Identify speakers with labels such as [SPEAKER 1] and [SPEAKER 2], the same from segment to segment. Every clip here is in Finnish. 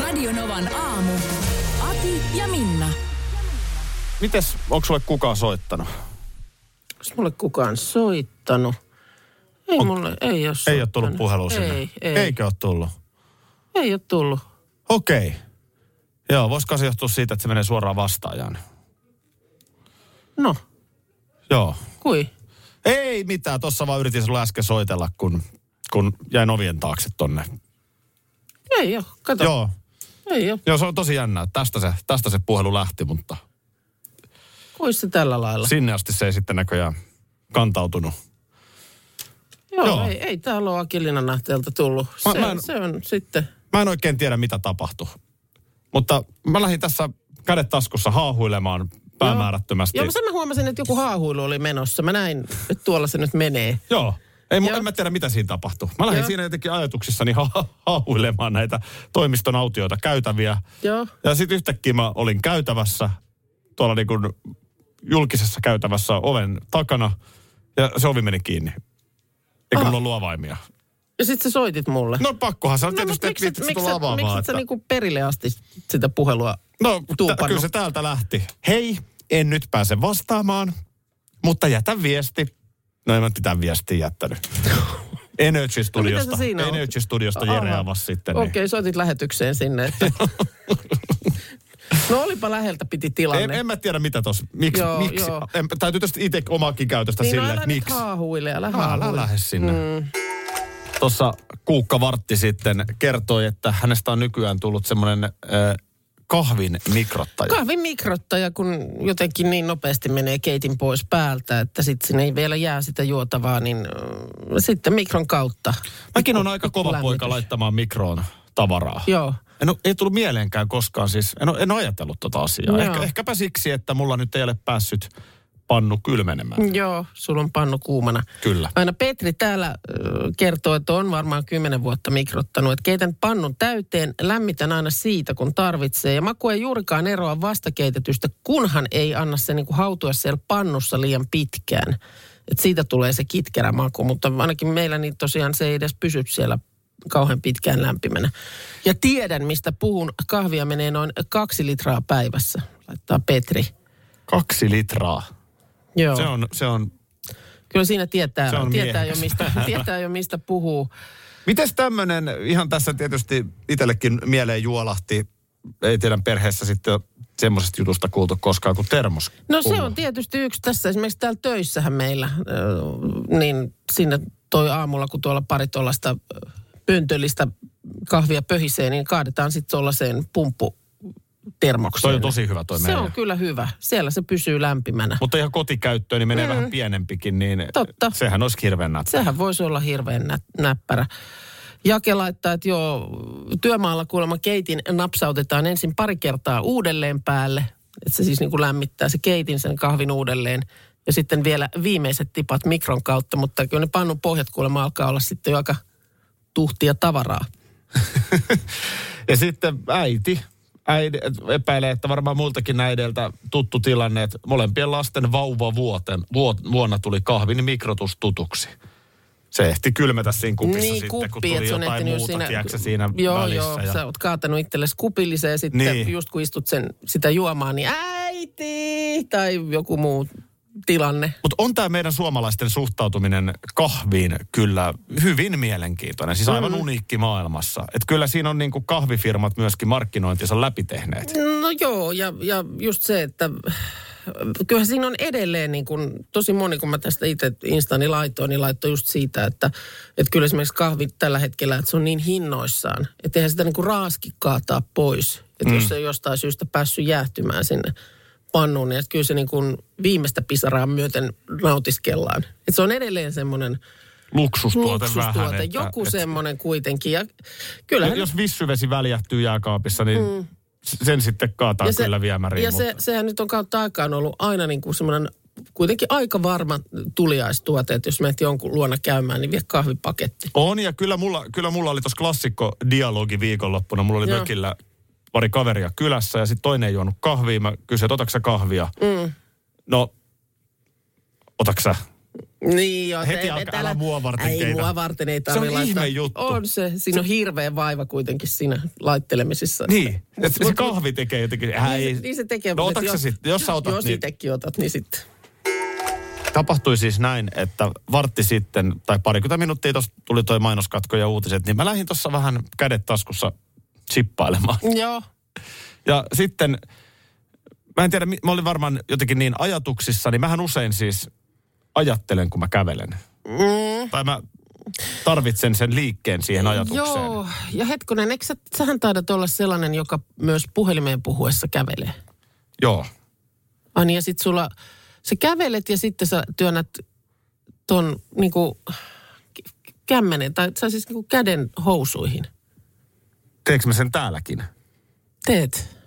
[SPEAKER 1] Radionovan aamu. Ati ja Minna.
[SPEAKER 2] Mites, onko sulle kukaan soittanut?
[SPEAKER 3] Onko mulle kukaan soittanut? Ei
[SPEAKER 2] On-
[SPEAKER 3] mulle, ei ole
[SPEAKER 2] Ei ole tullut puhelua sinne.
[SPEAKER 3] Ei, ei, ei.
[SPEAKER 2] Eikö ole tullut?
[SPEAKER 3] ei ole tullut.
[SPEAKER 2] Okei. Joo, voisiko se johtua siitä, että se menee suoraan vastaajaan?
[SPEAKER 3] No,
[SPEAKER 2] Joo.
[SPEAKER 3] kui?
[SPEAKER 2] Ei mitään, tossa vaan yritin sulle äsken soitella, kun, kun jäin ovien taakse tonne.
[SPEAKER 3] Ei ole, kato.
[SPEAKER 2] Joo.
[SPEAKER 3] Ei ole.
[SPEAKER 2] Joo, se on tosi jännää. että Tästä se, tästä se puhelu lähti, mutta
[SPEAKER 3] Kui se tällä lailla?
[SPEAKER 2] sinne asti se ei sitten näköjään kantautunut.
[SPEAKER 3] joo,
[SPEAKER 2] joo.
[SPEAKER 3] Ei, ei täällä ole Akilina Nähteeltä tullut.
[SPEAKER 2] Mä-
[SPEAKER 3] se,
[SPEAKER 2] mä en-
[SPEAKER 3] se on sitten,
[SPEAKER 2] Mä en oikein tiedä, mitä tapahtui. Mutta mä lähdin tässä kädet taskussa haahuilemaan päämäärättömästi.
[SPEAKER 3] joo, mä sen mä huomasin, että joku haahuilu oli menossa. Mä näin, että tuolla se nyt menee.
[SPEAKER 2] Joo. Ei, mu-
[SPEAKER 3] Joo.
[SPEAKER 2] en mä tiedä, mitä siinä tapahtuu. Mä lähdin
[SPEAKER 3] Joo.
[SPEAKER 2] siinä jotenkin ajatuksissani ha- haahuilemaan näitä toimiston autioita, käytäviä.
[SPEAKER 3] Joo,
[SPEAKER 2] Ja sitten yhtäkkiä mä olin käytävässä, tuolla niin kuin julkisessa käytävässä oven takana. Ja se ovi meni kiinni.
[SPEAKER 3] Ah.
[SPEAKER 2] Eikä mulla ollut avaimia.
[SPEAKER 3] ja sit sä soitit mulle.
[SPEAKER 2] No pakkohan sä no,
[SPEAKER 3] No, mut
[SPEAKER 2] tietysti, että
[SPEAKER 3] miksi,
[SPEAKER 2] viitsit
[SPEAKER 3] miksi,
[SPEAKER 2] tulla
[SPEAKER 3] sä- miksi
[SPEAKER 2] avaamaan.
[SPEAKER 3] et sä
[SPEAKER 2] että-
[SPEAKER 3] niinku perille asti sitä puhelua?
[SPEAKER 2] No, t-
[SPEAKER 3] tuupannut?
[SPEAKER 2] kyllä se täältä lähti. Hei, en nyt pääse vastaamaan, mutta jätä viesti. No en mä tätä viestiä jättänyt. Energy
[SPEAKER 3] No,
[SPEAKER 2] Studiosta.
[SPEAKER 3] mitä sä siinä oot?
[SPEAKER 2] Energy Studiosta
[SPEAKER 3] Aha.
[SPEAKER 2] Jere avasi sitten.
[SPEAKER 3] Okei,
[SPEAKER 2] niin.
[SPEAKER 3] okay, soitit lähetykseen sinne. Että... no olipa läheltä piti tilanne.
[SPEAKER 2] En, en mä tiedä mitä tos, miksi,
[SPEAKER 3] Joo,
[SPEAKER 2] miksi.
[SPEAKER 3] joo.
[SPEAKER 2] En, täytyy tästä itse omaakin käytöstä
[SPEAKER 3] niin
[SPEAKER 2] sille,
[SPEAKER 3] no, älä
[SPEAKER 2] että
[SPEAKER 3] nyt
[SPEAKER 2] miksi.
[SPEAKER 3] haahuile, älä
[SPEAKER 2] Älä
[SPEAKER 3] haahuile.
[SPEAKER 2] lähde sinne. Mm. Tuossa Kuukka Vartti sitten kertoi, että hänestä on nykyään tullut semmoinen äh, kahvin mikrottaja.
[SPEAKER 3] Kahvin mikrottaja, kun jotenkin niin nopeasti menee keitin pois päältä, että sitten sinne ei vielä jää sitä juotavaa, niin äh, sitten mikron kautta.
[SPEAKER 2] Mäkin
[SPEAKER 3] Pikku-
[SPEAKER 2] on aika
[SPEAKER 3] pikku
[SPEAKER 2] kova poika
[SPEAKER 3] lämmitys.
[SPEAKER 2] laittamaan mikroon tavaraa.
[SPEAKER 3] Joo.
[SPEAKER 2] En ole, ei tullut mieleenkään koskaan siis, en ole, en ole ajatellut tota asiaa.
[SPEAKER 3] Joo.
[SPEAKER 2] Ehkä, ehkäpä siksi, että mulla nyt ei ole päässyt pannu kylmenemään.
[SPEAKER 3] Joo, sulla on pannu kuumana.
[SPEAKER 2] Kyllä.
[SPEAKER 3] Aina Petri täällä äh, kertoo, että on varmaan kymmenen vuotta mikrottanut, että keitän pannun täyteen, lämmitän aina siitä, kun tarvitsee. Ja maku ei juurikaan eroa vastakeitetystä, kunhan ei anna se niin hautua siellä pannussa liian pitkään. Et siitä tulee se kitkerä maku, mutta ainakin meillä niin tosiaan se ei edes pysy siellä kauhean pitkään lämpimänä. Ja tiedän, mistä puhun. Kahvia menee noin kaksi litraa päivässä, laittaa Petri.
[SPEAKER 2] Kaksi litraa.
[SPEAKER 3] Joo.
[SPEAKER 2] Se on, se on.
[SPEAKER 3] Kyllä siinä tietää,
[SPEAKER 2] Se on
[SPEAKER 3] tietää, jo
[SPEAKER 2] miehekäs.
[SPEAKER 3] mistä, tietää jo mistä puhuu.
[SPEAKER 2] Mites tämmönen, ihan tässä tietysti itsellekin mieleen juolahti, ei teidän perheessä sitten semmoisesta jutusta kuultu koskaan kuin termos.
[SPEAKER 3] No se on tietysti yksi tässä. Esimerkiksi täällä töissähän meillä, ö, niin sinne toi aamulla, kun tuolla pari tuollaista ö, pöntöllistä kahvia pöhisee, niin kaadetaan sitten tuollaiseen
[SPEAKER 2] Toi
[SPEAKER 3] pumpputermokseen.
[SPEAKER 2] on tosi hyvä toi
[SPEAKER 3] Se
[SPEAKER 2] meidän.
[SPEAKER 3] on kyllä hyvä. Siellä se pysyy lämpimänä.
[SPEAKER 2] Mutta ihan kotikäyttöön, niin menee mm. vähän pienempikin, niin
[SPEAKER 3] Totta.
[SPEAKER 2] sehän olisi hirveän nätti.
[SPEAKER 3] Sehän voisi olla hirveän nä- näppärä. Jake laittaa, että joo, työmaalla kuulemma keitin napsautetaan ensin pari kertaa uudelleen päälle. Että se siis niin kuin lämmittää se keitin sen kahvin uudelleen. Ja sitten vielä viimeiset tipat mikron kautta, mutta kyllä ne pannun pohjat kuulemma alkaa olla sitten jo aika tuhtia tavaraa.
[SPEAKER 2] Ja sitten äiti, äidi epäilee, että varmaan muiltakin äideiltä tuttu tilanne, että molempien lasten vauva vuoten, vuonna tuli kahvin mikrotus tutuksi. Se ehti kylmetä siinä kupissa
[SPEAKER 3] niin
[SPEAKER 2] sitten,
[SPEAKER 3] kuppi,
[SPEAKER 2] kun
[SPEAKER 3] että
[SPEAKER 2] tuli
[SPEAKER 3] se on
[SPEAKER 2] jotain
[SPEAKER 3] ehtinyt jo
[SPEAKER 2] muuta, siinä, tiedätkö, siinä
[SPEAKER 3] joo,
[SPEAKER 2] välissä.
[SPEAKER 3] Joo,
[SPEAKER 2] ja...
[SPEAKER 3] sä oot kaatanut itsellesi kupillisen ja sitten
[SPEAKER 2] Niin.
[SPEAKER 3] niin. just kun istut sen, sitä juomaan, niin äiti tai joku muu tilanne.
[SPEAKER 2] Mutta on tämä meidän suomalaisten suhtautuminen kahviin kyllä hyvin mielenkiintoinen, siis aivan mm. uniikki maailmassa. Et kyllä siinä on niinku kahvifirmat myöskin markkinointinsa läpitehneet.
[SPEAKER 3] No joo, ja, ja just se, että kyllähän siinä on edelleen niin kuin, tosi moni, kun mä tästä itse instani laitoin, niin laittoi just siitä, että, että kyllä esimerkiksi kahvit tällä hetkellä, että se on niin hinnoissaan, että eihän sitä niin kuin raaski kaataa pois, että mm. jos se ei jostain syystä päässyt jäähtymään sinne pannuun, niin että kyllä se niin kuin viimeistä pisaraa myöten nautiskellaan. Että se on edelleen semmoinen
[SPEAKER 2] luksustuote,
[SPEAKER 3] luksustuote,
[SPEAKER 2] vähän. että-
[SPEAKER 3] joku
[SPEAKER 2] että-
[SPEAKER 3] semmoinen kuitenkin. Ja kyllähän,
[SPEAKER 2] Jos vissyvesi väljähtyy jääkaapissa, niin mm. sen sitten kaataa se, kyllä viemäriin.
[SPEAKER 3] ja se,
[SPEAKER 2] mutta-
[SPEAKER 3] sehän nyt on kautta aikaan ollut aina niin kuin semmoinen kuitenkin aika varma tuliaistuote, että jos menet jonkun luona käymään, niin vie kahvipaketti.
[SPEAKER 2] On, ja kyllä mulla, kyllä mulla oli tuossa klassikko dialogi viikonloppuna. Mulla oli
[SPEAKER 3] Joo.
[SPEAKER 2] Joo. mökillä pari kaveria kylässä, ja sitten toinen ei juonut kahvia. Mä kysyin, että otatko sä kahvia? Mm. No, otatko sä?
[SPEAKER 3] Niin joo,
[SPEAKER 2] Heti
[SPEAKER 3] ei-
[SPEAKER 2] alkaa,
[SPEAKER 3] täällä-
[SPEAKER 2] älä mua varten
[SPEAKER 3] Ei
[SPEAKER 2] keitä.
[SPEAKER 3] mua varten, ei
[SPEAKER 2] on
[SPEAKER 3] tarvitse
[SPEAKER 2] ihme juttu.
[SPEAKER 3] On se, siinä on hirveä vaiva kuitenkin siinä laittelemisissa.
[SPEAKER 2] Niin, et se
[SPEAKER 3] Mut-
[SPEAKER 2] kahvi tekee jotenkin. Niin,
[SPEAKER 3] Niin se, niin se tekee.
[SPEAKER 2] No
[SPEAKER 3] mutta
[SPEAKER 2] otatko sä sitten, jos sä otat,
[SPEAKER 3] Jos
[SPEAKER 2] niin
[SPEAKER 3] itsekin otat, niin sitten.
[SPEAKER 2] Tapahtui siis näin, että vartti sitten, tai parikymmentä minuuttia tuossa tuli toi mainoskatko ja uutiset, niin mä lähdin tuossa vähän kädet taskussa chippailemaan.
[SPEAKER 3] Joo.
[SPEAKER 2] Ja sitten, mä en tiedä, mi- mä olin varmaan jotenkin niin ajatuksissa, niin mähän usein siis ajattelen, kun mä kävelen. Mm. Tai mä tarvitsen sen liikkeen siihen ajatukseen.
[SPEAKER 3] Joo, ja hetkonen, eikö sä, sähän taidat olla sellainen, joka myös puhelimeen puhuessa kävelee?
[SPEAKER 2] Joo.
[SPEAKER 3] Ai niin, ja sit sulla, sä kävelet ja sitten sä työnnät ton niinku k- kämmenen, tai sä siis niinku käden housuihin.
[SPEAKER 2] Teekö mä sen täälläkin?
[SPEAKER 3] Teet.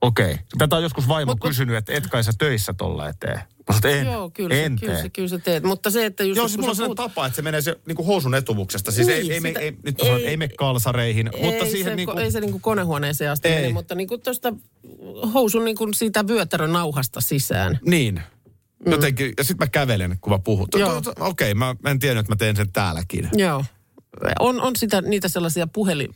[SPEAKER 2] Okei. Okay. Tätä on joskus vaimo
[SPEAKER 3] Mut-
[SPEAKER 2] mut,
[SPEAKER 3] mut-
[SPEAKER 2] kysynyt, että et kai sä töissä tolleen tee. Mä sanoin, että en,
[SPEAKER 3] Joo, kyllä,
[SPEAKER 2] en
[SPEAKER 3] sä, kyllä,
[SPEAKER 2] tee.
[SPEAKER 3] sä, kyllä sä teet. Mutta se, että just...
[SPEAKER 2] Joo,
[SPEAKER 3] kun
[SPEAKER 2] siis mulla on
[SPEAKER 3] sä
[SPEAKER 2] sellainen
[SPEAKER 3] puhut-
[SPEAKER 2] tapa, että se menee se niinku housun etuvuksesta. Siis
[SPEAKER 3] Niin,
[SPEAKER 2] ei, ei, me-
[SPEAKER 3] sitä-
[SPEAKER 2] ei, nyt mä sanon,
[SPEAKER 3] ei-
[SPEAKER 2] ei, mene kalsareihin,
[SPEAKER 3] ei,
[SPEAKER 2] mutta siihen
[SPEAKER 3] se,
[SPEAKER 2] niinku...
[SPEAKER 3] ei se niinku konehuoneeseen asti
[SPEAKER 2] Ei.
[SPEAKER 3] mene, mutta niinku tuosta housun niinku siitä vyötärön nauhasta sisään.
[SPEAKER 2] Niin. Jotenkin, ja sitten mä kävelen, kun mä puhun. Tu-
[SPEAKER 3] Mm. Joo.
[SPEAKER 2] tu- tu- Okei, mä, mä en tiennyt, että mä teen sen täälläkin.
[SPEAKER 3] Joo. On, on sitä, niitä sellaisia puhelin,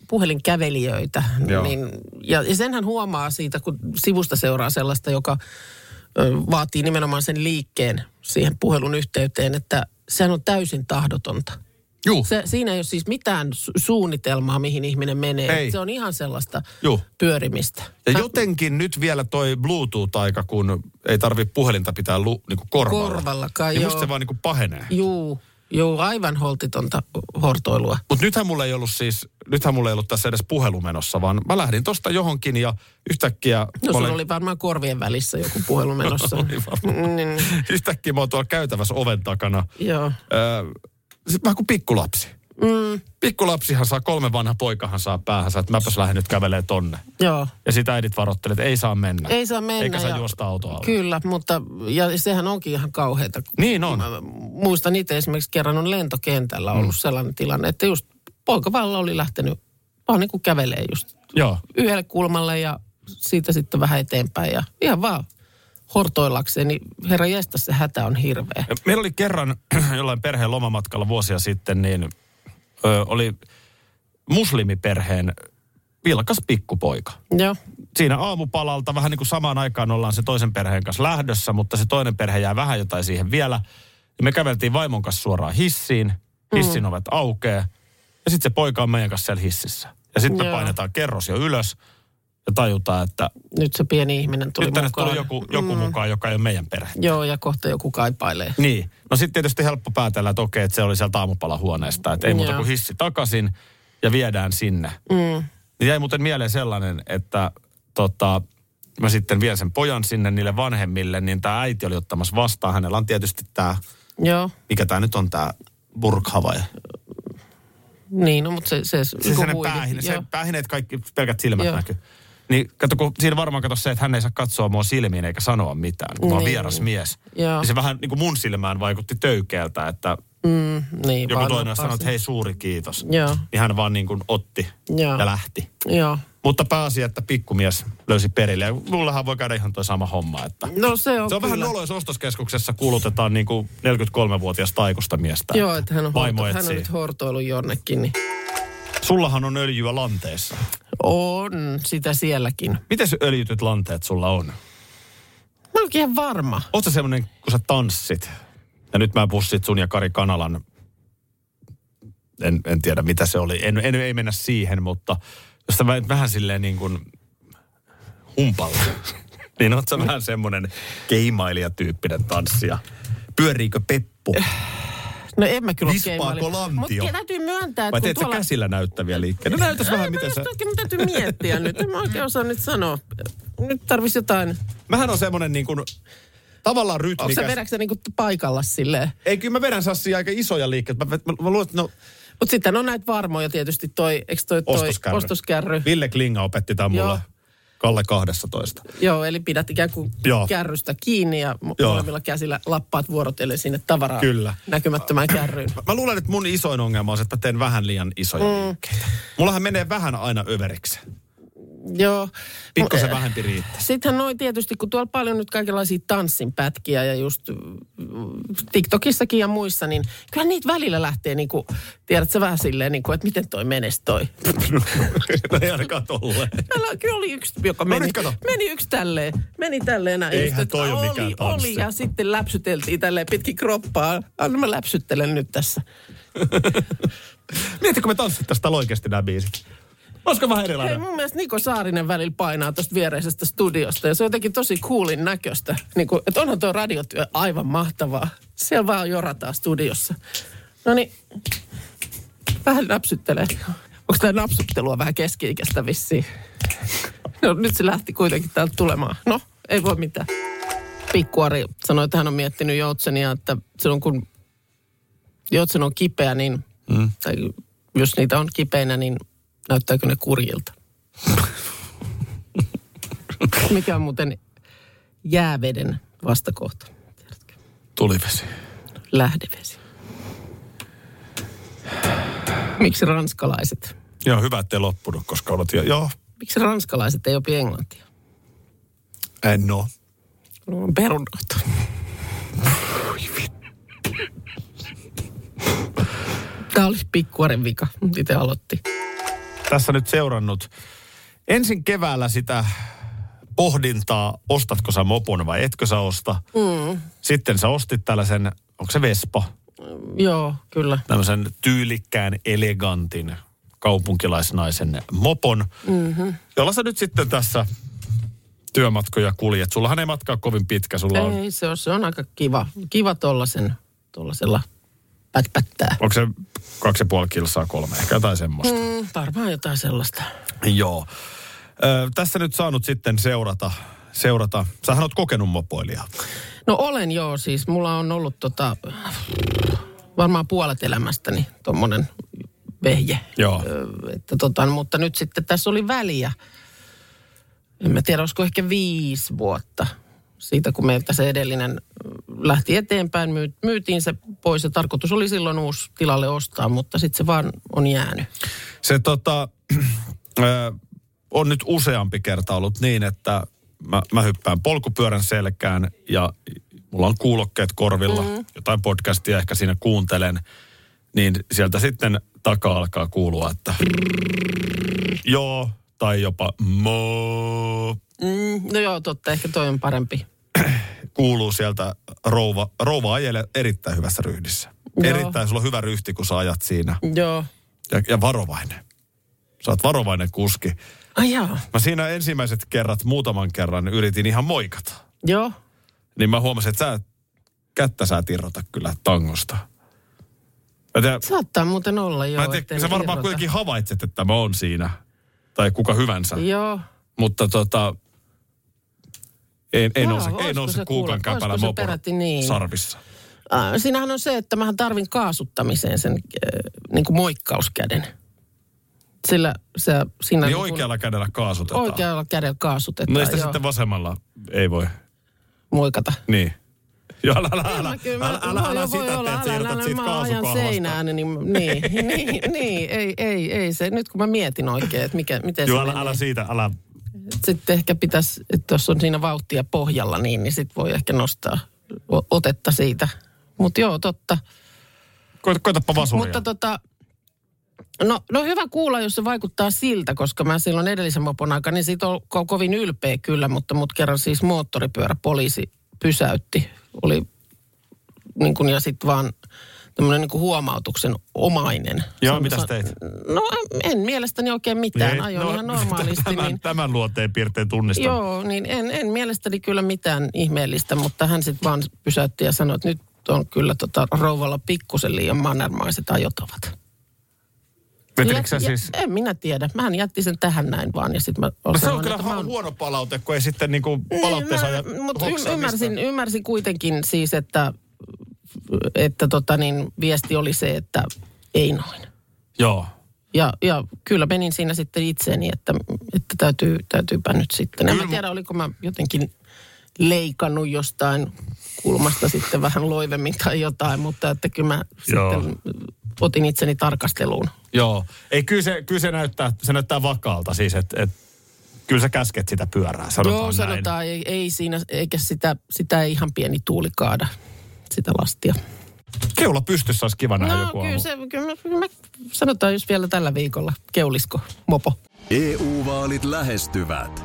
[SPEAKER 3] puhelinkävelijöitä.
[SPEAKER 2] Joo.
[SPEAKER 3] Niin, ja, ja senhän huomaa siitä, kun sivusta seuraa sellaista, joka ö, vaatii nimenomaan sen liikkeen siihen puhelun yhteyteen, että sehän on täysin tahdotonta.
[SPEAKER 2] Juu.
[SPEAKER 3] Se, siinä ei ole siis mitään su- suunnitelmaa, mihin ihminen menee.
[SPEAKER 2] Ei.
[SPEAKER 3] Se on ihan sellaista
[SPEAKER 2] Juu.
[SPEAKER 3] pyörimistä.
[SPEAKER 2] Ja
[SPEAKER 3] Mä-
[SPEAKER 2] jotenkin nyt vielä toi Bluetooth-aika, kun ei tarvi puhelinta pitää lu, niinku korvalla.
[SPEAKER 3] Korvallakaan,
[SPEAKER 2] niin
[SPEAKER 3] joo.
[SPEAKER 2] musta se vaan niinku pahenee.
[SPEAKER 3] Juu, juu, aivan holtitonta hortoilua.
[SPEAKER 2] Mutta nythän mulla ei ollut siis, nythän mulla ei ollut tässä edes puhelu menossa, vaan mä lähdin tosta johonkin ja yhtäkkiä...
[SPEAKER 3] No
[SPEAKER 2] mä
[SPEAKER 3] sulla
[SPEAKER 2] olen-
[SPEAKER 3] oli varmaan korvien välissä joku puhelu menossa.
[SPEAKER 2] Oli varmaan.
[SPEAKER 3] niin,
[SPEAKER 2] Yhtäkkiä mä oon tuolla käytävässä oven takana.
[SPEAKER 3] joo.
[SPEAKER 2] Sitten vähän kuin pikkulapsi. Mm. Pikkulapsihan saa, kolme vanha poikahan saa päähänsä, että mäpäs lähden nyt kävelee tonne.
[SPEAKER 3] Joo.
[SPEAKER 2] Ja sitä äidit varoitteli, että ei saa mennä.
[SPEAKER 3] Ei saa mennä.
[SPEAKER 2] Eikä saa
[SPEAKER 3] ja-
[SPEAKER 2] juosta autoa alle.
[SPEAKER 3] Kyllä, mutta ja sehän onkin ihan kauheita.
[SPEAKER 2] Niin on.
[SPEAKER 3] Mä muistan itse esimerkiksi kerran on lentokentällä ollut mm. sellainen tilanne, että just poika valla oli lähtenyt vaan niin kuin kävelee just
[SPEAKER 2] Joo.
[SPEAKER 3] yhdelle kulmalle ja siitä sitten vähän eteenpäin ja ihan vaan hortoillakseen, niin herra jästä se hätä on hirveä.
[SPEAKER 2] Meillä oli kerran jollain perheen lomamatkalla vuosia sitten, niin ö, oli muslimiperheen vilkas pikkupoika.
[SPEAKER 3] Joo,
[SPEAKER 2] Siinä aamupalalta vähän niin kuin samaan aikaan ollaan se toisen perheen kanssa lähdössä, mutta se toinen perhe jää vähän jotain siihen vielä. Ja me käveltiin vaimon kanssa suoraan hissiin,
[SPEAKER 3] Mm.
[SPEAKER 2] hissin ovet aukeaa ja sitten se poika on meidän kanssa siellä hississä. Ja sitten me
[SPEAKER 3] Joo.
[SPEAKER 2] painetaan kerros jo ylös ja tajutaan, että
[SPEAKER 3] nyt se pieni ihminen tuli
[SPEAKER 2] nyt tänne
[SPEAKER 3] mukaan. Mm.
[SPEAKER 2] tuli joku, joku mm. mukaan, joka ei ole meidän perhe.
[SPEAKER 3] Joo, ja kohta joku kaipailee.
[SPEAKER 2] Niin. No sitten tietysti helppo päätellä, että okei, että se oli sieltä aamupalahuoneesta. Että ei muuta
[SPEAKER 3] Joo.
[SPEAKER 2] kuin hissi takaisin ja viedään sinne. Mm. Niin jäi muuten mieleen sellainen, että tota, mä sitten vien sen pojan sinne niille vanhemmille, niin tämä äiti oli ottamassa vastaan. Hänellä on tietysti tämä,
[SPEAKER 3] Joo,
[SPEAKER 2] mikä tämä nyt on tämä burkha vai?
[SPEAKER 3] niin, no, mutta se... Se,
[SPEAKER 2] Se
[SPEAKER 3] joku
[SPEAKER 2] sen
[SPEAKER 3] huivi.
[SPEAKER 2] päähine,
[SPEAKER 3] Joo.
[SPEAKER 2] se päähineet kaikki, pelkät silmät
[SPEAKER 3] Joo.
[SPEAKER 2] Joo. näkyy. Niin kato, kun siinä varmaan kato se, että hän ei saa katsoa mua silmiin eikä sanoa mitään, kun mä oon
[SPEAKER 3] Niin.
[SPEAKER 2] vieras mies.
[SPEAKER 3] Joo.
[SPEAKER 2] Niin se vähän niin kuin mun silmään vaikutti töykeältä, että
[SPEAKER 3] Mm, niin,
[SPEAKER 2] joku
[SPEAKER 3] vaan
[SPEAKER 2] toinen
[SPEAKER 3] nappaa
[SPEAKER 2] sanoi,
[SPEAKER 3] sen.
[SPEAKER 2] että hei suuri kiitos.
[SPEAKER 3] Joo.
[SPEAKER 2] Niin hän vaan niin kuin otti
[SPEAKER 3] Joo.
[SPEAKER 2] ja lähti.
[SPEAKER 3] Joo.
[SPEAKER 2] Mutta pääasia, että pikkumies löysi perille. Ja mullahan voi käydä ihan toi sama homma. Että
[SPEAKER 3] No se on,
[SPEAKER 2] se on vähän
[SPEAKER 3] kyllä.
[SPEAKER 2] nolo, jos ostoskeskuksessa kuulutetaan niin kuin 43-vuotias taikusta miestä.
[SPEAKER 3] Joo, että hän on,
[SPEAKER 2] Vaimo
[SPEAKER 3] horto, hän on
[SPEAKER 2] etsii.
[SPEAKER 3] nyt hortoillut jonnekin. Niin.
[SPEAKER 2] Sullahan on öljyä lanteessa.
[SPEAKER 3] On sitä sielläkin.
[SPEAKER 2] Miten se öljytyt lanteet sulla on?
[SPEAKER 3] Mä oonkin ihan varma.
[SPEAKER 2] Oot sä semmonen, kun sä tanssit? Ja nyt mä pussit sun ja Kari Kanalan. En, en tiedä, mitä se oli. En, en, ei mennä siihen, mutta jos sä menet vähän silleen niin kuin humpalla, niin oot sä vähän semmonen keimailijatyyppinen tanssija. Pyöriikö peppu?
[SPEAKER 3] No en mä kyllä ole
[SPEAKER 2] Vispaako
[SPEAKER 3] keimailija.
[SPEAKER 2] lantio?
[SPEAKER 3] Mut täytyy myöntää, että
[SPEAKER 2] Vai
[SPEAKER 3] kun
[SPEAKER 2] teet
[SPEAKER 3] tuolla... Äh,
[SPEAKER 2] sä käsillä näyttäviä liikkeitä? No näytäs vähän, miten
[SPEAKER 3] mä
[SPEAKER 2] sä...
[SPEAKER 3] just oikein, mun täytyy miettiä nyt. En mä oikein osaa nyt sanoa. Nyt tarvis jotain.
[SPEAKER 2] Mähän on semmonen niin kuin tavallaan
[SPEAKER 3] Onko sä
[SPEAKER 2] rytmikäs.
[SPEAKER 3] vedäksä niinku paikalla silleen?
[SPEAKER 2] Ei, kyllä mä vedän sassia aika isoja liikkeitä. Mä, mä, mä luulen, että no,
[SPEAKER 3] Mutta sitten on näitä varmoja tietysti toi, eikö toi, toi
[SPEAKER 2] ostoskärry.
[SPEAKER 3] ostoskärry.
[SPEAKER 2] Ville Klinga opetti tämän
[SPEAKER 3] Joo.
[SPEAKER 2] mulle. Kalle 12.
[SPEAKER 3] Joo, eli pidät ikään kuin
[SPEAKER 2] Joo.
[SPEAKER 3] kärrystä kiinni ja mo-
[SPEAKER 2] Joo.
[SPEAKER 3] molemmilla käsillä lappaat vuorotellen sinne tavaraa
[SPEAKER 2] Kyllä.
[SPEAKER 3] näkymättömään kärryyn.
[SPEAKER 2] Mä, mä luulen, että mun isoin ongelma on se, että mä teen vähän liian isoja mm. liikkeitä. Mullahan menee vähän aina överiksi.
[SPEAKER 3] Joo.
[SPEAKER 2] Pikkusen
[SPEAKER 3] Mu-
[SPEAKER 2] vähempi riittää.
[SPEAKER 3] Sittenhän noin tietysti, kun tuolla paljon nyt kaikenlaisia tanssinpätkiä ja just mm, TikTokissakin ja muissa, niin kyllä niitä välillä lähtee niin kuin, tiedätkö vähän silleen, niin kuin, että miten toi menes toi.
[SPEAKER 2] no ei ainakaan tolleen.
[SPEAKER 3] Täällä kyllä oli yksi, joka meni,
[SPEAKER 2] No nyt kato.
[SPEAKER 3] meni yksi tälleen, meni tälleen näin.
[SPEAKER 2] Eihän
[SPEAKER 3] Just, että
[SPEAKER 2] toi oo
[SPEAKER 3] oli,
[SPEAKER 2] mikään tanssi.
[SPEAKER 3] oli, ja sitten läpsyteltiin tälleen pitkin kroppaa. Anna mä läpsyttelen nyt tässä.
[SPEAKER 2] Mietitkö me tanssittaisiin täällä oikeasti nämä biisit? Olisiko vähän
[SPEAKER 3] Hei,
[SPEAKER 2] erilainen?
[SPEAKER 3] mun mielestä Niko Saarinen välillä painaa tuosta viereisestä studiosta ja se on jotenkin tosi coolin näköistä. Niin kuin, että onhan tuo radiotyö aivan mahtavaa. Siellä vaan jorataan studiossa. No niin, vähän napsuttelee. Onko tämä napsuttelua vähän keski-ikäistä vissiin? No nyt se lähti kuitenkin täältä tulemaan. No, ei voi mitään. Pikkuari sanoi, että hän on miettinyt joutsenia, että silloin kun joutsen on kipeä, niin, mm. tai jos niitä on kipeinä, niin näyttääkö ne kurjilta? Mikä on muuten jääveden vastakohta? Tiedätkö?
[SPEAKER 2] Tulivesi.
[SPEAKER 3] Lähdevesi. Miksi ranskalaiset?
[SPEAKER 2] Joo, hyvä, ettei loppunut, koska olet jo... Joo,
[SPEAKER 3] Miksi ranskalaiset ei opi englantia?
[SPEAKER 2] en oo.
[SPEAKER 3] No, on perunnohto. Tämä oli pikkuaren vika, mutta itse aloitti.
[SPEAKER 2] Tässä nyt seurannut ensin keväällä sitä pohdintaa, ostatko sä mopon vai etkö sä osta. Mm. Sitten sä ostit tällaisen, onko se Vespa?
[SPEAKER 3] Joo, kyllä.
[SPEAKER 2] tämmöisen tyylikkään, elegantin kaupunkilaisnaisen mopon, mm-hmm. jolla sä nyt sitten tässä työmatkoja kuljet. Sullahan ei matkaa kovin pitkä, sulla on,
[SPEAKER 3] Ei, se on, se on aika kiva. Kiva tollasen, tollasella pätpättää.
[SPEAKER 2] onko se kaksi ja puoli kilsaa kolme ehkä jotain semmoista. Mm.
[SPEAKER 3] Mm, varmaan jotain sellaista.
[SPEAKER 2] Joo. Ö, tässä nyt saanut sitten seurata, seurata. Sähän oot kokenut mopoilijaa.
[SPEAKER 3] No olen joo, siis mulla on ollut tota, varmaan puolet elämästäni tommonen vehje.
[SPEAKER 2] Joo.
[SPEAKER 3] Ö, Että tota, mutta nyt sitten tässä oli väliä. En mä tiedä, olisiko ehkä viisi vuotta siitä, kun meiltä se edellinen ö, lähti eteenpäin. myy- Myytiin se pois ja tarkoitus oli silloin uusi tilalle ostaa, mutta sitten se vaan on jäänyt.
[SPEAKER 2] Se tota, ö, on nyt useampi kerta ollut niin, että mä, mä hyppään polkupyörän selkään ja mulla on kuulokkeet korvilla, mm. jotain podcastia ehkä siinä kuuntelen, niin sieltä sitten takaa alkaa kuulua, että joo, tai jopa moo,
[SPEAKER 3] Mm, no joo, totta, ehkä toi on parempi.
[SPEAKER 2] kuuluu sieltä rouva, rouva ajele erittäin hyvässä ryhdissä.
[SPEAKER 3] Joo.
[SPEAKER 2] Erittäin, sulla on hyvä ryhti, kun sä ajat siinä.
[SPEAKER 3] Joo.
[SPEAKER 2] Ja, ja varovainen. Sä oot varovainen kuski.
[SPEAKER 3] Ai jaa.
[SPEAKER 2] Mä siinä ensimmäiset kerrat, muutaman kerran yritin ihan moikata.
[SPEAKER 3] Joo.
[SPEAKER 2] Niin mä huomasin, että sä, kättä sä et irrota kyllä tangosta. Mä tiedän,
[SPEAKER 3] Saattaa muuten olla joo.
[SPEAKER 2] mä en
[SPEAKER 3] ettei
[SPEAKER 2] tiedä, sä
[SPEAKER 3] nyt
[SPEAKER 2] varmaan
[SPEAKER 3] irrota.
[SPEAKER 2] kuitenkin havaitset, että mä oon siinä. Tai kuka hyvänsä.
[SPEAKER 3] Joo.
[SPEAKER 2] Mutta tota, ei, ei
[SPEAKER 3] Joo,
[SPEAKER 2] nouse, ei
[SPEAKER 3] olisiko
[SPEAKER 2] nouse
[SPEAKER 3] se
[SPEAKER 2] kuukan
[SPEAKER 3] kuule-
[SPEAKER 2] käpälä
[SPEAKER 3] olisiko se
[SPEAKER 2] mopon
[SPEAKER 3] peräti niin?
[SPEAKER 2] sarvissa.
[SPEAKER 3] Äh, Siinähän on se, että mähän tarvin kaasuttamiseen sen äh, niin kuin moikkauskäden. Sillä se, siinä
[SPEAKER 2] Niin
[SPEAKER 3] kun
[SPEAKER 2] oikealla kädellä kaasutetaan.
[SPEAKER 3] oikealla kädellä kaasutetaan.
[SPEAKER 2] No ei sitä
[SPEAKER 3] joo,
[SPEAKER 2] sitten vasemmalla ei voi.
[SPEAKER 3] moikata.
[SPEAKER 2] Niin. Joo, älä, älä,
[SPEAKER 3] Kyllä
[SPEAKER 2] älä,
[SPEAKER 3] mä- kyllä mä-
[SPEAKER 2] älä, älä,
[SPEAKER 3] voi-
[SPEAKER 2] älä
[SPEAKER 3] voi
[SPEAKER 2] sitä
[SPEAKER 3] olla,
[SPEAKER 2] tee, että sä
[SPEAKER 3] älä-
[SPEAKER 2] irrotat
[SPEAKER 3] älä-
[SPEAKER 2] siitä
[SPEAKER 3] mä ajan
[SPEAKER 2] kaasukohdasta.
[SPEAKER 3] seinään, niin, niin, niin, niin, ei, ei, ei se. Nyt kun mä mietin oikein, että mikä, miten
[SPEAKER 2] Joo,
[SPEAKER 3] se
[SPEAKER 2] älä,
[SPEAKER 3] menee.
[SPEAKER 2] älä siitä, älä,
[SPEAKER 3] sitten ehkä pitäisi, että jos on siinä vauhtia pohjalla, niin, niin sitten voi ehkä nostaa o- otetta siitä. Mutta joo, totta.
[SPEAKER 2] Koita, koitapa vasuria.
[SPEAKER 3] Mutta tota, no, no hyvä kuulla, jos se vaikuttaa siltä, koska mä silloin edellisen mopon aikana, niin siitä on ko- kovin ylpeä kyllä, mutta mut kerran siis moottoripyöräpoliisi pysäytti. Oli niin kun, ja sitten vaan tämmöinen niin huomautuksen omainen.
[SPEAKER 2] Joo,
[SPEAKER 3] Sam-
[SPEAKER 2] mitäs
[SPEAKER 3] sam-
[SPEAKER 2] teit? Niin, No,
[SPEAKER 3] No en mielestäni oikein mitään, ajoin ihan normaalisti.
[SPEAKER 2] Tämän,
[SPEAKER 3] niin...
[SPEAKER 2] tämän luonteen piirteen tunnistan.
[SPEAKER 3] Joo, niin en, en mielestäni kyllä mitään ihmeellistä, mutta hän sitten vaan pysäytti ja sanoi, että nyt on kyllä tota rouvalla pikkusen liian mannermaiset ajotavat.
[SPEAKER 4] Vetelikö sä
[SPEAKER 3] Jät-
[SPEAKER 4] siis...
[SPEAKER 3] jä- en minä tiedä. Mähän jätti sen tähän näin vaan ja sitten mä...
[SPEAKER 2] No
[SPEAKER 3] olen
[SPEAKER 2] se on
[SPEAKER 3] sanonut,
[SPEAKER 2] kyllä
[SPEAKER 3] että mä oon-
[SPEAKER 2] hu- huono palaute, kun ei sitten niinku
[SPEAKER 3] Niin,
[SPEAKER 2] palautteessa
[SPEAKER 3] mä-
[SPEAKER 2] aja
[SPEAKER 3] Mutta
[SPEAKER 2] hoksaa
[SPEAKER 3] ym- ymmärsin,
[SPEAKER 2] mistään.
[SPEAKER 3] ymmärsin kuitenkin siis, että, että tota niin, viesti oli se, että ei noin.
[SPEAKER 2] Joo.
[SPEAKER 3] Ja, ja kyllä menin siinä sitten itseeni, että, että täytyy, täytyypä nyt sitten. En mä tiedä, oliko mä jotenkin leikannut jostain kulmasta sitten vähän loivemmin tai jotain, mutta että kyllä mä
[SPEAKER 2] Joo.
[SPEAKER 3] sitten otin itseni tarkasteluun.
[SPEAKER 2] Joo. Ei, kyllä se, kyllä se, näyttää, se näyttää vakaalta siis, että et, kyllä sä käsket sitä pyörää, sanotaan
[SPEAKER 3] Joo,
[SPEAKER 2] näin.
[SPEAKER 3] sanotaan, ei, ei siinä, eikä sitä, sitä ei ihan pieni tuuli kaada, sitä lastia.
[SPEAKER 2] Keula pystyssä olisi kiva nähdä
[SPEAKER 3] No
[SPEAKER 2] joku
[SPEAKER 3] kyllä
[SPEAKER 2] aamu.
[SPEAKER 3] se, kyllä mä, kyllä mä sanotaan jos vielä tällä viikolla, keulisko, mopo.
[SPEAKER 5] EU-vaalit E lähestyvät.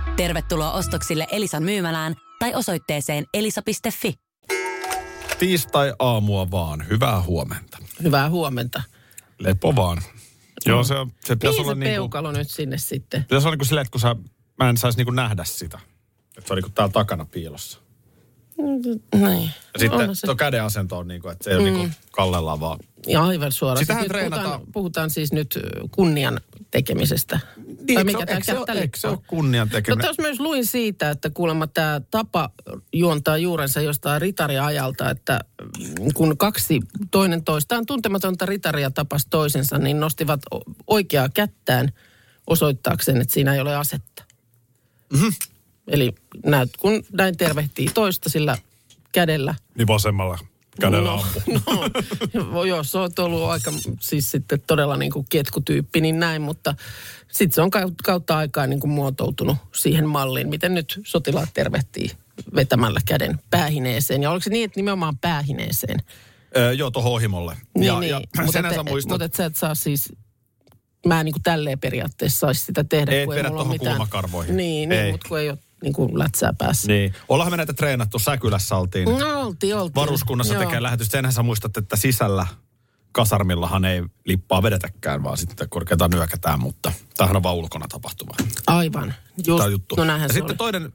[SPEAKER 6] Tervetuloa ostoksille Elisan myymälään tai osoitteeseen elisa.fi.
[SPEAKER 2] Tiistai-aamua vaan. Hyvää huomenta.
[SPEAKER 3] Hyvää huomenta.
[SPEAKER 2] Lepo vaan.
[SPEAKER 3] Mm.
[SPEAKER 2] Joo, se, se
[SPEAKER 3] Mihin
[SPEAKER 2] pitäisi
[SPEAKER 3] se
[SPEAKER 2] olla niin kuin...
[SPEAKER 3] peukalo nyt sinne sitten?
[SPEAKER 2] Pitäisi olla niin kuin silleen, että kun sä, mä en saisi niin kuin nähdä sitä. Että se on niin kuin täällä takana piilossa.
[SPEAKER 3] Niin.
[SPEAKER 2] Ja sitten
[SPEAKER 3] Onhan se. Mm.
[SPEAKER 2] tuo käden asento on niin kuin, että se ei ole niin kuin kallellaan vaan.
[SPEAKER 3] Ja aivan suoraan.
[SPEAKER 2] Sitähän
[SPEAKER 3] nyt puhutaan,
[SPEAKER 2] treenataan.
[SPEAKER 3] puhutaan siis nyt ö, kunnian tekemisestä.
[SPEAKER 2] Niin,
[SPEAKER 3] Tai
[SPEAKER 2] eikö se ole-
[SPEAKER 3] tää
[SPEAKER 2] eikö se ole-
[SPEAKER 3] kättälippu
[SPEAKER 2] eikö se
[SPEAKER 3] on?
[SPEAKER 2] ole kunnian
[SPEAKER 3] No
[SPEAKER 2] tekeminen?
[SPEAKER 3] tässä myös luin siitä, että kuulemma tämä tapa juontaa juurensa jostain ritariajalta, että kun kaksi toinen toistaan tuntematonta ritaria tapasi toisensa, niin nostivat o- oikeaa kättään osoittaakseen, että siinä ei ole asetta. Mm-hmm. Eli näyt, kun näin tervehtii toista sillä kädellä,
[SPEAKER 2] Niin vasemmalla kädellä ampuu.
[SPEAKER 3] No, jos olet ollut aika siis sitten todella niin kuin ketkutyyppi, niin näin, mutta sitten se on kau- kautta aikaa niin kuin muotoutunut siihen malliin, miten nyt sotilaat tervehtii vetämällä käden päähineeseen. Ja oliko se niin, että nimenomaan päähineeseen?
[SPEAKER 2] Öö, joo, tuohon ohimolle.
[SPEAKER 3] Niin,
[SPEAKER 2] ja,
[SPEAKER 3] niin.
[SPEAKER 2] ja
[SPEAKER 3] mutta,
[SPEAKER 2] senhän
[SPEAKER 3] et,
[SPEAKER 2] sä muistat.
[SPEAKER 3] mutta et sä et saa siis, mä en niin kuin tälleen periaatteessa saisi sitä tehdä.
[SPEAKER 2] Et
[SPEAKER 3] kun
[SPEAKER 2] vedä
[SPEAKER 3] mulla ole
[SPEAKER 2] tohon
[SPEAKER 3] mitään-
[SPEAKER 2] kulmakarvoihin.
[SPEAKER 3] Niin, niin
[SPEAKER 2] Ei.
[SPEAKER 3] mutta kun ei ole niin kuin lätsää päässä.
[SPEAKER 2] Niin. Ollaanhan me näitä treenattu. Säkylässä oltiin.
[SPEAKER 3] No oltiin, oltiin.
[SPEAKER 2] varuskunnassa
[SPEAKER 3] Joo.
[SPEAKER 2] tekee lähetystä. Senhän sä muistat, että sisällä kasarmillahan ei lippaa vedetäkään, vaan sitten korkeintaan nyökätään, mutta tämähän on vaan ulkona tapahtuva.
[SPEAKER 3] Aivan. Just,
[SPEAKER 2] Tämä juttu.
[SPEAKER 3] No
[SPEAKER 2] ja
[SPEAKER 3] näinhän se
[SPEAKER 2] sitten
[SPEAKER 3] oli.
[SPEAKER 2] toinen,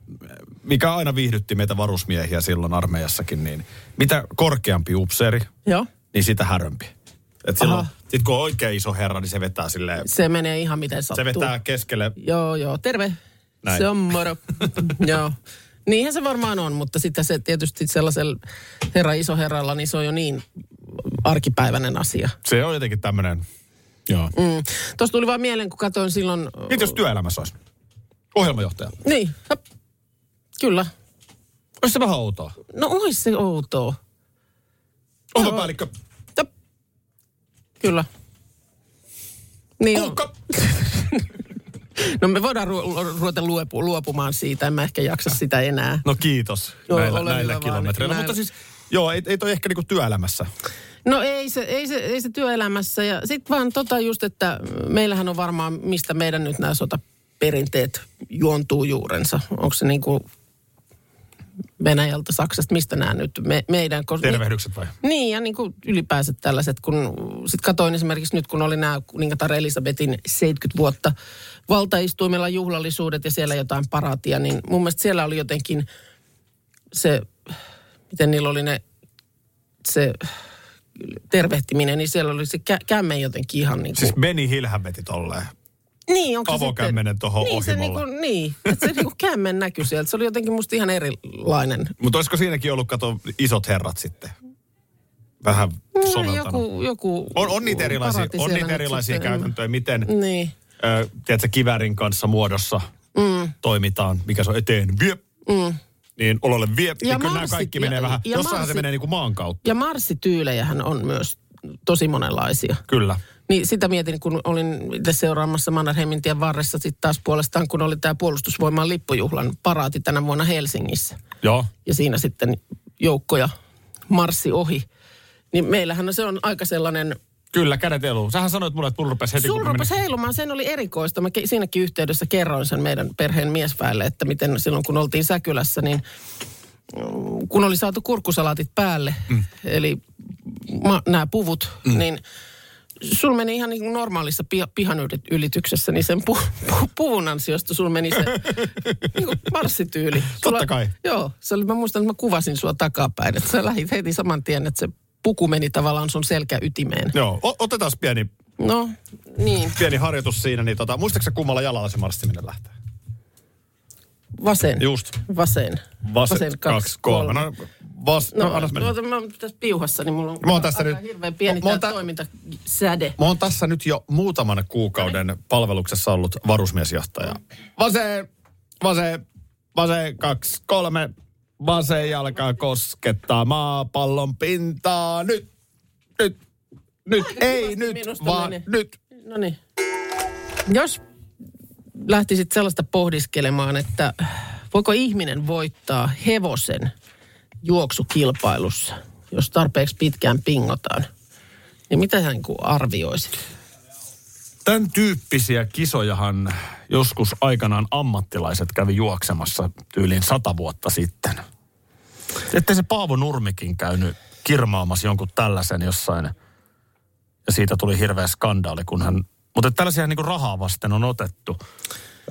[SPEAKER 2] mikä aina viihdytti meitä varusmiehiä silloin armeijassakin, niin mitä korkeampi upseeri,
[SPEAKER 3] Joo.
[SPEAKER 2] niin sitä härömpi. Et
[SPEAKER 3] Aha.
[SPEAKER 2] silloin, sit kun on oikein iso herra, niin se vetää silleen,
[SPEAKER 3] Se menee ihan miten sattuu.
[SPEAKER 2] se vetää keskelle.
[SPEAKER 3] Joo, joo, terve.
[SPEAKER 2] Näin.
[SPEAKER 3] Se on moro. joo. Niinhän se varmaan on, mutta sitten se tietysti sellaisella herra isoherralla, niin se on jo niin arkipäiväinen asia.
[SPEAKER 2] Se on jotenkin tämmöinen, joo. Mm.
[SPEAKER 3] Mm. Tuosta tuli vaan mieleen, kun katsoin silloin...
[SPEAKER 2] Mitä jos työelämässä olisi? Ohjelmajohtaja.
[SPEAKER 3] Niin, hap. kyllä.
[SPEAKER 2] Olisi se vähän outoa.
[SPEAKER 3] No ois se outoa.
[SPEAKER 2] Ohjelmapäällikkö.
[SPEAKER 3] Hap. Kyllä. Niin, on.
[SPEAKER 2] Kuukka.
[SPEAKER 3] no me voidaan ru- ruveta luopu- luopumaan siitä, en mä ehkä jaksa sitä enää.
[SPEAKER 2] No kiitos
[SPEAKER 3] Joo,
[SPEAKER 2] joo, näillä,
[SPEAKER 3] ole hyvä
[SPEAKER 2] näillä
[SPEAKER 3] vaan.
[SPEAKER 2] kilometreillä.
[SPEAKER 3] Näin.
[SPEAKER 2] Mutta siis, joo, ei, ei toi ehkä niinku työelämässä.
[SPEAKER 3] No ei se, ei se, ei se työelämässä. Ja sitten vaan tota just, että meillähän on varmaan, mistä meidän nyt nämä sotaperinteet juontuu juurensa. Onko se niin kuin Venäjältä, Saksasta, mistä nämä nyt me, meidän... kos-
[SPEAKER 2] Tervehdykset vai?
[SPEAKER 3] Niin, ja niin kuin ylipäänsä tällaiset, kun sit katoin esimerkiksi nyt, kun oli nämä kuningatar Elisabetin 70 vuotta valtaistuimella juhlallisuudet ja siellä jotain paraatia, niin mun mielestä siellä oli jotenkin se, miten niillä oli ne, se tervehtiminen, niin siellä oli se kä- kämmen jotenkin ihan niin kuin...
[SPEAKER 2] Siis meni Hilhän veti tolleen.
[SPEAKER 3] Niin, onko se
[SPEAKER 2] Avokämmenen
[SPEAKER 3] sitten-
[SPEAKER 2] tohon
[SPEAKER 3] niin, se
[SPEAKER 2] ohimolle.
[SPEAKER 3] niinku, niin, että se niinku kämmen näkyi sieltä. Se oli jotenkin musta ihan erilainen.
[SPEAKER 2] Mutta olisiko siinäkin ollut, kato, isot herrat sitten? Vähän
[SPEAKER 3] No,
[SPEAKER 2] soveltanut.
[SPEAKER 3] joku, joku
[SPEAKER 2] On, on niitä erilaisia,
[SPEAKER 3] paraatti
[SPEAKER 2] on
[SPEAKER 3] siellä
[SPEAKER 2] niitä
[SPEAKER 3] nyt
[SPEAKER 2] erilaisia
[SPEAKER 3] sitten, en mä-
[SPEAKER 2] käytäntöjä, miten
[SPEAKER 3] Niin.
[SPEAKER 2] ö, tiedätkö, kivärin kanssa muodossa mm. toimitaan, mikä se on eteen, viep, mm. niin ololle viep,
[SPEAKER 3] Ja
[SPEAKER 2] niin kyllä nämä
[SPEAKER 3] marssit-
[SPEAKER 2] kaikki
[SPEAKER 3] ja-
[SPEAKER 2] menee vähän,
[SPEAKER 3] ja
[SPEAKER 2] jossain se
[SPEAKER 3] marssit-
[SPEAKER 2] menee niin kuin maan kautta,
[SPEAKER 3] Ja marssityylejähän on myös tosi monenlaisia.
[SPEAKER 2] kyllä.
[SPEAKER 3] Niin sitä mietin, kun olin itse seuraamassa Mannerheimin tien varressa sitten taas puolestaan, kun oli tämä puolustusvoiman lippujuhlan paraati tänä vuonna Helsingissä.
[SPEAKER 2] Joo,
[SPEAKER 3] Ja siinä sitten joukkoja marssi ohi. Niin meillähän se on aika sellainen
[SPEAKER 2] kyllä, kädet eluun. Sähän sanoit mulle, että mulla rupesi heti,
[SPEAKER 3] Sulla
[SPEAKER 2] kun mä menin-
[SPEAKER 3] rupesi heilumaan, sen oli erikoista. Mä ke- siinäkin yhteydessä kerroin sen meidän perheen miesväelle, että miten silloin kun oltiin Säkylässä, niin mm, kun oli saatu kurkkusalaatit päälle, mm. eli ma- nämä puvut, mm. niin sul meni ihan niin kuin normaalissa pi- pihan yli- ylityksessä, niin sen pu- pu- puvun ansiosta sul meni se niin kuin marssityyli. Sulla,
[SPEAKER 2] Totta kai.
[SPEAKER 3] Joo, se oli, mä muistan, että mä kuvasin sua takapäin, että sä lähit heti saman tien, että se puku meni tavallaan sun selkäytimeen.
[SPEAKER 2] Joo, o- otetaan pieni,
[SPEAKER 3] No, niin.
[SPEAKER 2] pieni harjoitus siinä, niin tota, muistaaksä kummalla jalalla se marssiminen lähtee?
[SPEAKER 3] Vasen.
[SPEAKER 2] Just.
[SPEAKER 3] Vasen.
[SPEAKER 2] Vasen,
[SPEAKER 3] kaksi, kolme.
[SPEAKER 2] No, vas, no,
[SPEAKER 3] No,
[SPEAKER 2] annas mennä.
[SPEAKER 3] tuota, mä oon tässä piuhassa, niin mulla on
[SPEAKER 2] Mä oon tässä
[SPEAKER 3] aika
[SPEAKER 2] nyt-
[SPEAKER 3] hirveän pieni
[SPEAKER 2] mä- mä
[SPEAKER 3] tää
[SPEAKER 2] oon tä-
[SPEAKER 3] toimintasäde.
[SPEAKER 2] Mä oon tässä nyt jo muutaman kuukauden palveluksessa ollut varusmiesjohtaja. Vasen, vasen, vasen, kaksi, kolme. Vasen jalka koskettaa maapallon pintaa. Nyt, nyt, nyt, ei
[SPEAKER 3] kivasti
[SPEAKER 2] nyt,
[SPEAKER 3] minusta
[SPEAKER 2] vaan
[SPEAKER 3] meni.
[SPEAKER 2] nyt.
[SPEAKER 3] No niin. Jos lähtisit sellaista pohdiskelemaan, että voiko ihminen voittaa hevosen juoksukilpailussa, jos tarpeeksi pitkään pingotaan, niin mitä hän kuin arvioisit?
[SPEAKER 2] Tämän tyyppisiä kisojahan joskus aikanaan ammattilaiset kävi juoksemassa yli sata vuotta sitten. Että se Paavo Nurmikin käynyt kirmaamassa jonkun tällaisen jossain. Ja siitä tuli hirveä skandaali, kun hän... Mutta tällaisia niin rahaa vasten on otettu.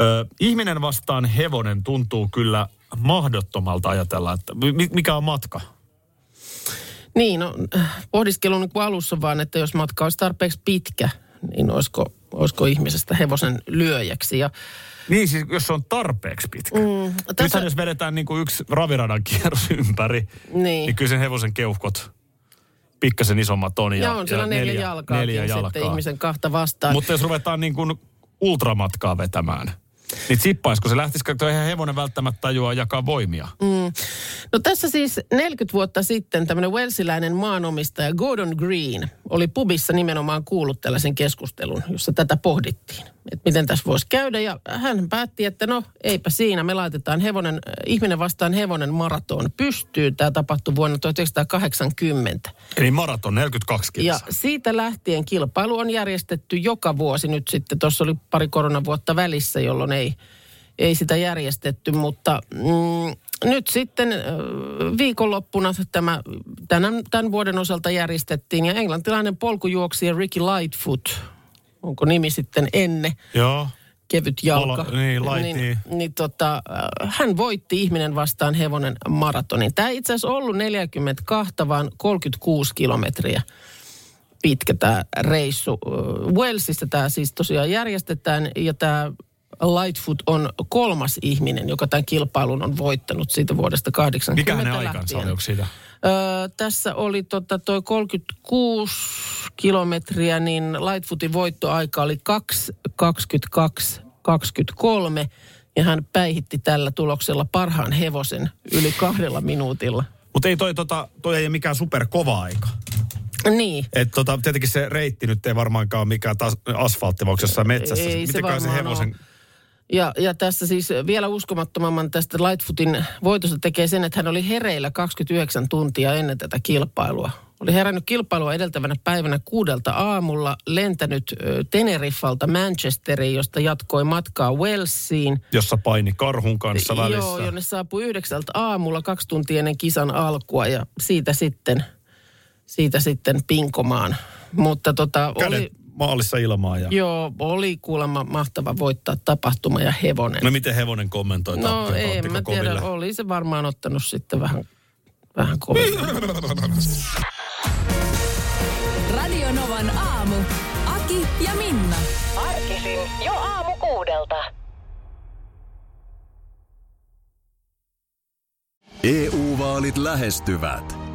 [SPEAKER 2] Ö, ihminen vastaan hevonen tuntuu kyllä mahdottomalta ajatella, että mi- mikä on matka.
[SPEAKER 3] Niin, no, pohdiskelu niin kuin alussa vaan, että jos matka olisi tarpeeksi pitkä, niin olisiko, olisiko ihmisestä hevosen lyöjäksi. Ja
[SPEAKER 2] Niin siis, jos se on tarpeeksi pitkä. Mm,
[SPEAKER 3] tässä-
[SPEAKER 2] tässä... Nythän jos vedetään niin kuin yksi raviradan kierros ympäri,
[SPEAKER 3] Niin.
[SPEAKER 2] niin, niin kyllä sen hevosen keuhkot, pikkasen isommat on. Ja,
[SPEAKER 3] ja, on siellä
[SPEAKER 2] ja
[SPEAKER 3] neljä, jalkaa,
[SPEAKER 2] neljä jalkaa.
[SPEAKER 3] sitten ihmisen kahta vastaan.
[SPEAKER 2] Mutta jos ruvetaan niin kuin ultramatkaa vetämään, niin sippaisiko se lähtisi, kun eihän hevonen välttämättä tajua jakaa voimia. Mm.
[SPEAKER 3] No tässä siis 40 vuotta sitten tämmöinen welsiläinen maanomistaja Gordon Green oli pubissa nimenomaan kuullut tällaisen keskustelun, jossa tätä pohdittiin, että miten tässä voisi käydä. Ja hän päätti, että no eipä siinä, me laitetaan hevonen, äh, ihminen vastaan hevonen maraton pystyyn. Tämä tapahtui vuonna 1980.
[SPEAKER 2] Eli maraton 42
[SPEAKER 3] Ja
[SPEAKER 2] kilsa.
[SPEAKER 3] siitä lähtien kilpailu on järjestetty joka vuosi nyt sitten. Tuossa oli pari koronavuotta välissä, jolloin ei, ei sitä järjestetty, mutta mm, nyt sitten ö, viikonloppuna tämä tämän, tämän vuoden osalta järjestettiin ja englantilainen polkujuoksija Ricky Lightfoot, onko nimi sitten enne,
[SPEAKER 2] Joo.
[SPEAKER 3] kevyt jalka.
[SPEAKER 2] Olo- niin, light,
[SPEAKER 3] niin,
[SPEAKER 2] niin.
[SPEAKER 3] niin tota, äh, hän voitti ihminen vastaan hevonen maratonin. Tämä ei itse asiassa ollut 42, vaan 36 kilometriä pitkä tämä reissu. Äh, Walesissa tämä siis tosiaan järjestetään ja tämä Lightfoot on kolmas ihminen, joka tämän kilpailun on voittanut siitä vuodesta 80
[SPEAKER 2] Mikä hänen aikansa oli, onko siitä?
[SPEAKER 3] Öö, tässä oli tota toi 36 kilometriä, niin Lightfootin voittoaika oli 2.22.23 ja hän päihitti tällä tuloksella parhaan hevosen yli kahdella minuutilla.
[SPEAKER 2] Mutta ei toi, tota, toi ei ole mikään superkova aika.
[SPEAKER 3] Niin.
[SPEAKER 2] Et tota, tietenkin se reitti nyt ei varmaankaan ole mikään tas- asfaltti, vaan onko se jossain metsässä.
[SPEAKER 3] Ei se
[SPEAKER 2] Mitenkään se
[SPEAKER 3] varmaan
[SPEAKER 2] hevosen...
[SPEAKER 3] oo. Ja, ja tässä siis vielä uskomattomamman tästä Lightfootin voitosta tekee sen, että hän oli hereillä 29 tuntia ennen tätä kilpailua. Oli herännyt kilpailua edeltävänä päivänä kuudelta aamulla, lentänyt ö, Teneriffalta Manchesteriin, josta jatkoi matkaa Walesiin.
[SPEAKER 2] jossa paini karhun kanssa välissä.
[SPEAKER 3] Joo, jonne saapui yhdeksältä aamulla kaksi tuntia ennen kisan alkua ja siitä sitten, siitä sitten pinkomaan. Mutta tota,
[SPEAKER 2] Kädet
[SPEAKER 3] oli,
[SPEAKER 2] maalissa ilmaa ja...
[SPEAKER 3] joo, oli kuulemma mahtava voittaa tapahtuma ja hevonen.
[SPEAKER 2] No miten hevonen kommentoi
[SPEAKER 3] No
[SPEAKER 2] tappiota?
[SPEAKER 3] en
[SPEAKER 2] Ottiko
[SPEAKER 3] mä tiedä,
[SPEAKER 2] koville?
[SPEAKER 3] oli se varmaan ottanut sitten vähän, vähän
[SPEAKER 2] Niin,
[SPEAKER 3] kovin.
[SPEAKER 6] Radio Novan aamu. Aki ja Minna.
[SPEAKER 7] Arkisin jo aamu kuudelta.
[SPEAKER 5] EU-vaalit E lähestyvät.